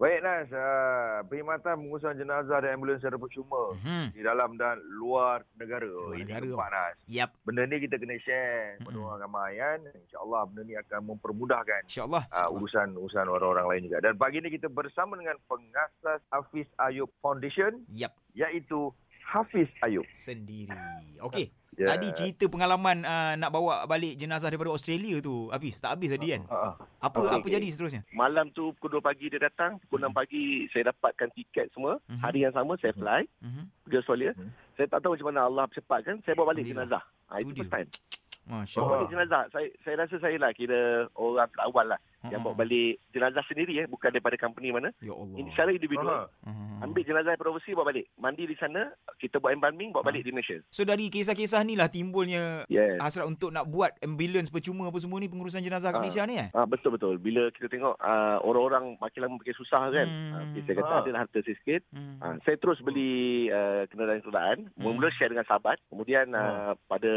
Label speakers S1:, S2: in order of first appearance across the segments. S1: Baik Nas, uh, perkhidmatan pengurusan jenazah dan ambulans secara percuma
S2: Mhm.
S1: di dalam dan luar negara.
S2: Luar
S1: Ini
S2: negara.
S1: Nampak Nas.
S2: Yap.
S1: Benda ni kita kena share kepada
S2: Mhm.
S1: orang ramai kan. InsyaAllah benda ni akan mempermudahkan
S2: InsyaAllah.
S1: uh, urusan-urusan orang-orang lain juga. Dan pagi ni kita bersama dengan pengasas Hafiz Ayub Foundation
S2: Yap.
S1: iaitu Hafiz Ayub. Ya.
S2: Sendiri. Okey.
S3: Ya.
S2: Yeah. Tadi cerita pengalaman uh, nak bawa balik jenazah daripada Australia tu. Habis. Tak habis tadi kan?
S1: Uh,
S2: Apa
S3: Ah,
S2: apa
S3: Okey.
S2: jadi seterusnya?
S3: Malam tu pukul 2 pagi dia datang, pukul 6 pagi saya dapatkan tiket semua.
S2: Mhm.
S3: Hari yang sama saya fly
S2: Mhm.
S3: pergi Australia.
S1: Mhm.
S3: Saya tak tahu macam mana Allah cepatkan, saya bawa balik
S2: Alhamdulillah.
S3: jenazah. Ha,
S2: Tu
S3: itu
S2: dia. Ah.
S3: first time.
S2: Masya
S3: Bawa
S1: Oh.
S2: Allah.
S3: balik jenazah. Saya saya rasa saya lah kira orang awal lah yang
S2: Ha-ha.
S3: bawa balik jenazah sendiri eh, bukan daripada company mana.
S2: Ya Allah. Mm-hmm.
S3: Ini secara individu. eh,
S1: uh,
S2: Ha-ha.
S3: Ambil jenazah daripada overseas bawa balik. Mandi di sana, kita buat
S2: Ah.
S3: embalming bawa balik di Malaysia.
S2: So dari kisah-kisah ni lah timbulnya
S3: Yes.
S2: hasrat untuk nak buat ambulans percuma apa semua ni pengurusan jenazah kat
S3: Ya. Ah.
S2: Malaysia ni eh?
S3: Ah betul betul. Bila kita tengok ah, orang-orang makin lama makin susah kan.
S2: Hmm.
S3: Ah, kita kata
S1: Ah.
S3: adalah harta saya sikit.
S2: Hmm.
S3: Ha, saya terus beli uh, kenderaan-kenderaan. Mula-mula share dengan sahabat. Kemudian uh, pada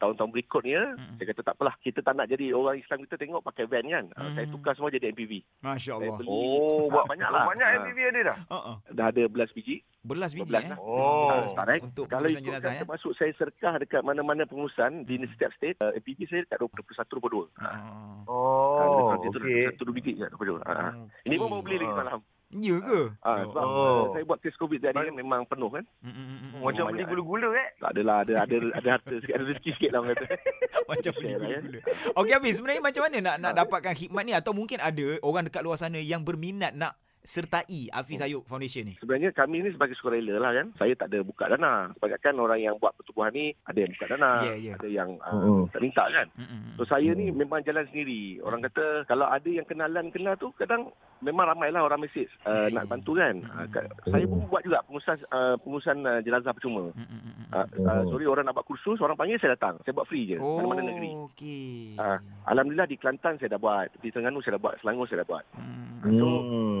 S3: tahun-tahun berikutnya,
S2: Hmm.
S3: saya kata tak apalah. Kita tak nak jadi orang Islam kita tengok pakai van kan. Ah,
S2: Hmm.
S3: saya tukar semua jadi MPV.
S2: Masya
S3: Saya
S2: Allah.
S3: beli.
S1: oh,
S3: Ah,
S1: banyak lah. Banyak
S3: Ah,
S1: MPV ada dah.
S2: Uh-uh.
S3: dah ada belas biji.
S2: Belas biji
S3: Belas
S2: eh?
S3: lah.
S1: Oh.
S3: Ah, start, right?
S2: Untuk
S3: Kalau
S2: pengurusan
S3: ikutkan
S2: jenazah ya?
S3: termasuk saya serkah dekat mana-mana pengurusan di setiap state, uh, MPV saya dekat 21-22. Ha.
S2: Ah.
S1: Oh, okey.
S3: Satu dua biji kat 22. Ah, ah.
S2: Okey.
S3: Ini pun mau beli lagi
S1: Ah.
S3: semalam.
S2: Ya ke?
S3: Ah,
S2: Ya
S3: sebab
S2: Allah.
S1: Oh.
S3: uh, saya buat kes COVID tadi
S1: Baik.
S3: kan memang penuh kan.
S2: Mm, mm, mm, mm.
S1: Macam beli
S3: Banyak, eh.
S1: gula-gula eh.
S3: Tak adalah ada ada ada harta sikit, ada rezeki sikit lah orang kata.
S2: Macam beli
S3: Share lah, ya. Ha.
S2: gula-gula. Okey Hafiz, sebenarnya macam mana nak nak dapatkan khidmat ni atau mungkin ada orang dekat luar sana yang berminat nak sertai Hafiz
S3: Hmm.
S2: Ayub Foundation ni?
S3: Sebenarnya kami ni sebagai sukarela lah kan. Saya tak ada buka dana. Sebab kan orang yang buat pertubuhan ni ada yang buka dana,
S2: Ya, ya.
S3: ada yang uh,
S1: Hmm.
S3: tak minta kan.
S2: Mm, mm, mm.
S3: So saya ni memang jalan sendiri. Orang kata kalau ada yang kenalan kenal tu kadang memang ramailah orang mesej uh,
S2: Okey.
S3: nak bantu kan. Uh, kat- saya pun buat juga pengurusan uh, pengurusan uh, jenazah percuma.
S2: Mm, mm, mm, mm.
S3: Uh, uh, sorry orang nak buat kursus, orang panggil saya datang. Saya buat free je.
S2: Oh,
S3: ya. Mana-mana negeri.
S2: Okey.
S3: Ah, Alhamdulillah di Kelantan saya dah buat, di Terengganu saya dah buat, Selangor saya dah buat.
S2: Mm.
S3: So,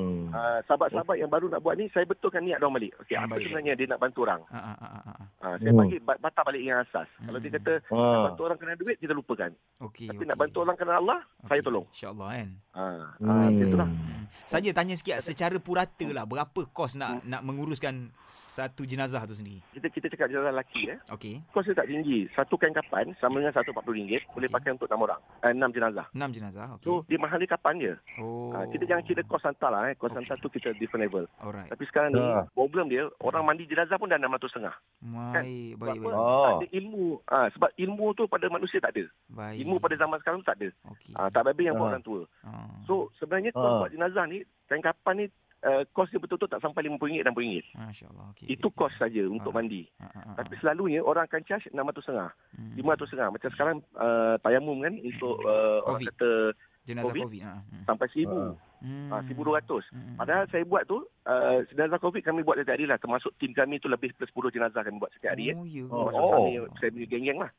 S1: Hmm.
S3: Uh, sahabat-sahabat yang baru nak buat ni saya betulkan niat orang balik. Okey,
S2: Hmm,
S3: apa
S2: baik.
S3: sebenarnya dia nak bantu orang?
S2: Ah, ah, ah, ah, ah.
S3: Uh, saya
S1: Hmm.
S3: bagi ba- bata balik yang asas.
S2: Hmm.
S3: Kalau dia kata nak
S1: Ah.
S3: bantu orang kena duit kita lupakan.
S2: Okey.
S3: Tapi
S2: okey.
S3: nak bantu orang kena Allah, saya
S2: Okey,
S3: tolong.
S2: InsyaAllah kan.
S3: Ah, uh,
S1: Hmm.
S3: itulah.
S2: Hmm. Saja tanya sikit secara purata lah berapa kos nak
S3: Hmm.
S2: nak menguruskan satu jenazah tu sendiri.
S3: Kita kita cakap jalan lelaki eh.
S2: Okey.
S3: Kos dia tak tinggi. Satu kain kapan sama dengan RM140 boleh
S2: Okey.
S3: pakai untuk enam orang. Uh, enam jenazah.
S2: Enam jenazah. Okey.
S3: So, dia mahal dia kapan je.
S2: oh.
S3: Ah, kita jangan Kan? kira kos hantar lah. Eh. Kos
S2: Okey.
S3: hantar tu kita different level.
S2: Alright.
S3: Tapi sekarang ni,
S1: Ah.
S3: problem dia, orang mandi jenazah pun dah RM600,500.
S2: Baik,
S3: Sebab
S2: baik, baik.
S3: apa?
S1: baik.
S3: Tak ada ilmu. Ah, sebab ilmu tu pada manusia tak ada.
S2: baik.
S3: Ilmu pada zaman sekarang tu tak ada.
S2: Okey.
S3: Ah, tak baik yang
S1: Ah.
S3: buat orang tua.
S2: Ah.
S3: So sebenarnya kos
S1: Ah.
S3: buat jenazah ni kain kapan ni uh, kos dia betul-betul tak sampai RM5 dan RM10.
S2: Masya-Allah. Okey.
S3: Itu
S2: okey.
S3: kos saja untuk
S2: Ah.
S3: mandi.
S2: Ah, ah, ah,
S3: Tapi
S2: ah.
S3: selalunya orang akan charge RM600.5,
S2: Hmm.
S3: RM500.5. Macam sekarang uh, tayamum kan untuk uh, orang
S2: Covid.
S3: kata
S2: jenazah
S3: COVID. Ah,
S2: COVID. Ha.
S3: sampai RM1,000,
S2: Hmm.
S3: uh, RM1,200. Padahal saya buat tu, uh, jenazah COVID kami buat setiap hari lah. Termasuk tim kami tu lebih plus 10 jenazah kami buat setiap hari. Eh.
S2: Oh, ya. Hmm,
S1: Oh.
S3: Termasuk kami, saya punya geng-geng lah.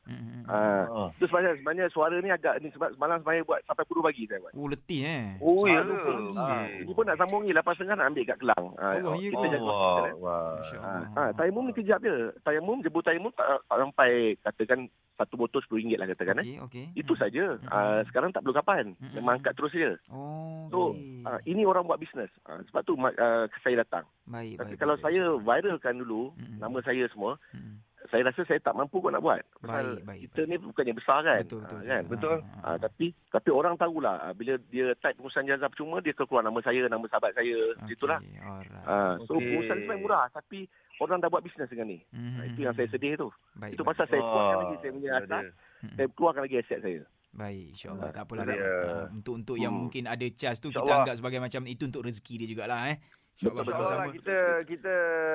S3: Ah,
S1: Ah.
S3: Itu sebenarnya, sebenarnya suara ni agak ni sebab semalam saya buat sampai 10 pagi saya buat.
S2: Oh, letih eh.
S3: Oh,
S2: Selalu
S3: ya
S2: pukul pagi.
S3: Ah, ini pun nak sambung ni 8.30 nak ambil kat Kelang. Ah,
S2: Allah, Hmm. ya
S3: kita
S2: ke?
S3: jaga
S1: Allah.
S3: hospital, eh.
S1: Akbar.
S2: Masya-Allah.
S3: Ha, ha, tayamum ni kejap je. Tayamum, jebu tayamum tak, tak sampai katakan satu botol RM10 lah katakan. Okay. Eh.
S2: Okey, okey.
S3: Itu
S2: Hmm.
S3: saja.
S2: Mm-mm.
S3: Uh, sekarang tak perlu kapan.
S2: Mm-mm.
S3: Memang angkat terus saja.
S2: Oh,
S3: So,
S2: okey.
S3: Uh, ini orang buat bisnes. Uh, sebab tu uh, saya datang.
S2: baik, baik,
S3: Tapi kalau
S2: baik, Hmm,
S3: saya
S2: baik.
S3: viralkan dulu,
S2: Mm-mm.
S3: nama saya semua,
S2: Mm-mm.
S3: saya rasa saya tak mampu kot nak buat.
S2: Baik, baik,
S3: kita
S2: baik.
S3: ni bukannya besar kan.
S2: Betul, betul,
S3: Ah,
S2: betul.
S3: kan?
S2: Betul.
S3: Betul.
S2: Ah, ah.
S3: Ah, tapi tapi orang tahulah ah, bila dia type pengurusan jazah percuma dia keluar nama saya, nama sahabat saya, okay. itulah.
S2: Okey, alright.
S3: Ah, so
S1: Okey.
S3: pengurusan sebenarnya murah tapi orang dah buat bisnes dengan ni.
S2: Mhm.
S3: Ah, itu yang saya sedih tu.
S2: Baik,
S3: itu
S2: baik.
S3: pasal saya
S1: Wah,
S3: keluarkan lagi saya punya
S1: dia
S3: atas,
S1: ada.
S2: Mm-mm.
S3: saya keluarkan lagi aset saya.
S2: Baik, insyaAllah.
S1: Ah,
S2: Tak apalah.
S1: itu
S2: Dah,
S1: dia.
S2: ah, untuk untuk yang
S3: Hmm.
S2: mungkin ada charge tu, kita
S1: InsyaAllah.
S2: anggap sebagai macam itu untuk rezeki dia jugalah eh. InsyaAllah
S3: Betul, betul.
S2: sama-sama.
S1: InsyaAllah kita kita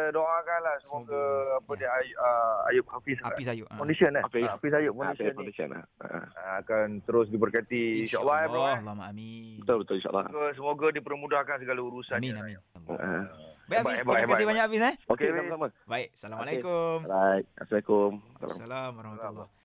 S1: doakanlah semoga
S2: Semoga.
S1: apa dia Ay- ah, Ayub Hafiz
S2: Api sayur.
S3: Oh,
S2: ah.
S1: condition eh.
S3: Hafiz.
S1: Hafiz Ayub
S3: Ah, saya
S1: condition ni
S3: condition lah. Ah,
S1: ah, akan terus diberkati insya-Allah ya bro. eh.
S2: Allahumma amin.
S3: betul betul insyaAllah.
S1: Semoga, semoga dipermudahkan segala urusan.
S2: Amin, amin.
S3: Ah.
S1: Hebat,
S2: Baik, Hafiz.
S1: hebat,
S2: Terima
S1: hebat,
S2: kasih
S1: hebat.
S2: banyak, Hafiz. Eh.
S3: Okey,
S1: Okey,
S3: sama-sama.
S2: Baik, Assalamualaikum.
S3: Baik. Assalamualaikum. Salam.
S2: Assalamualaikum warahmatullahi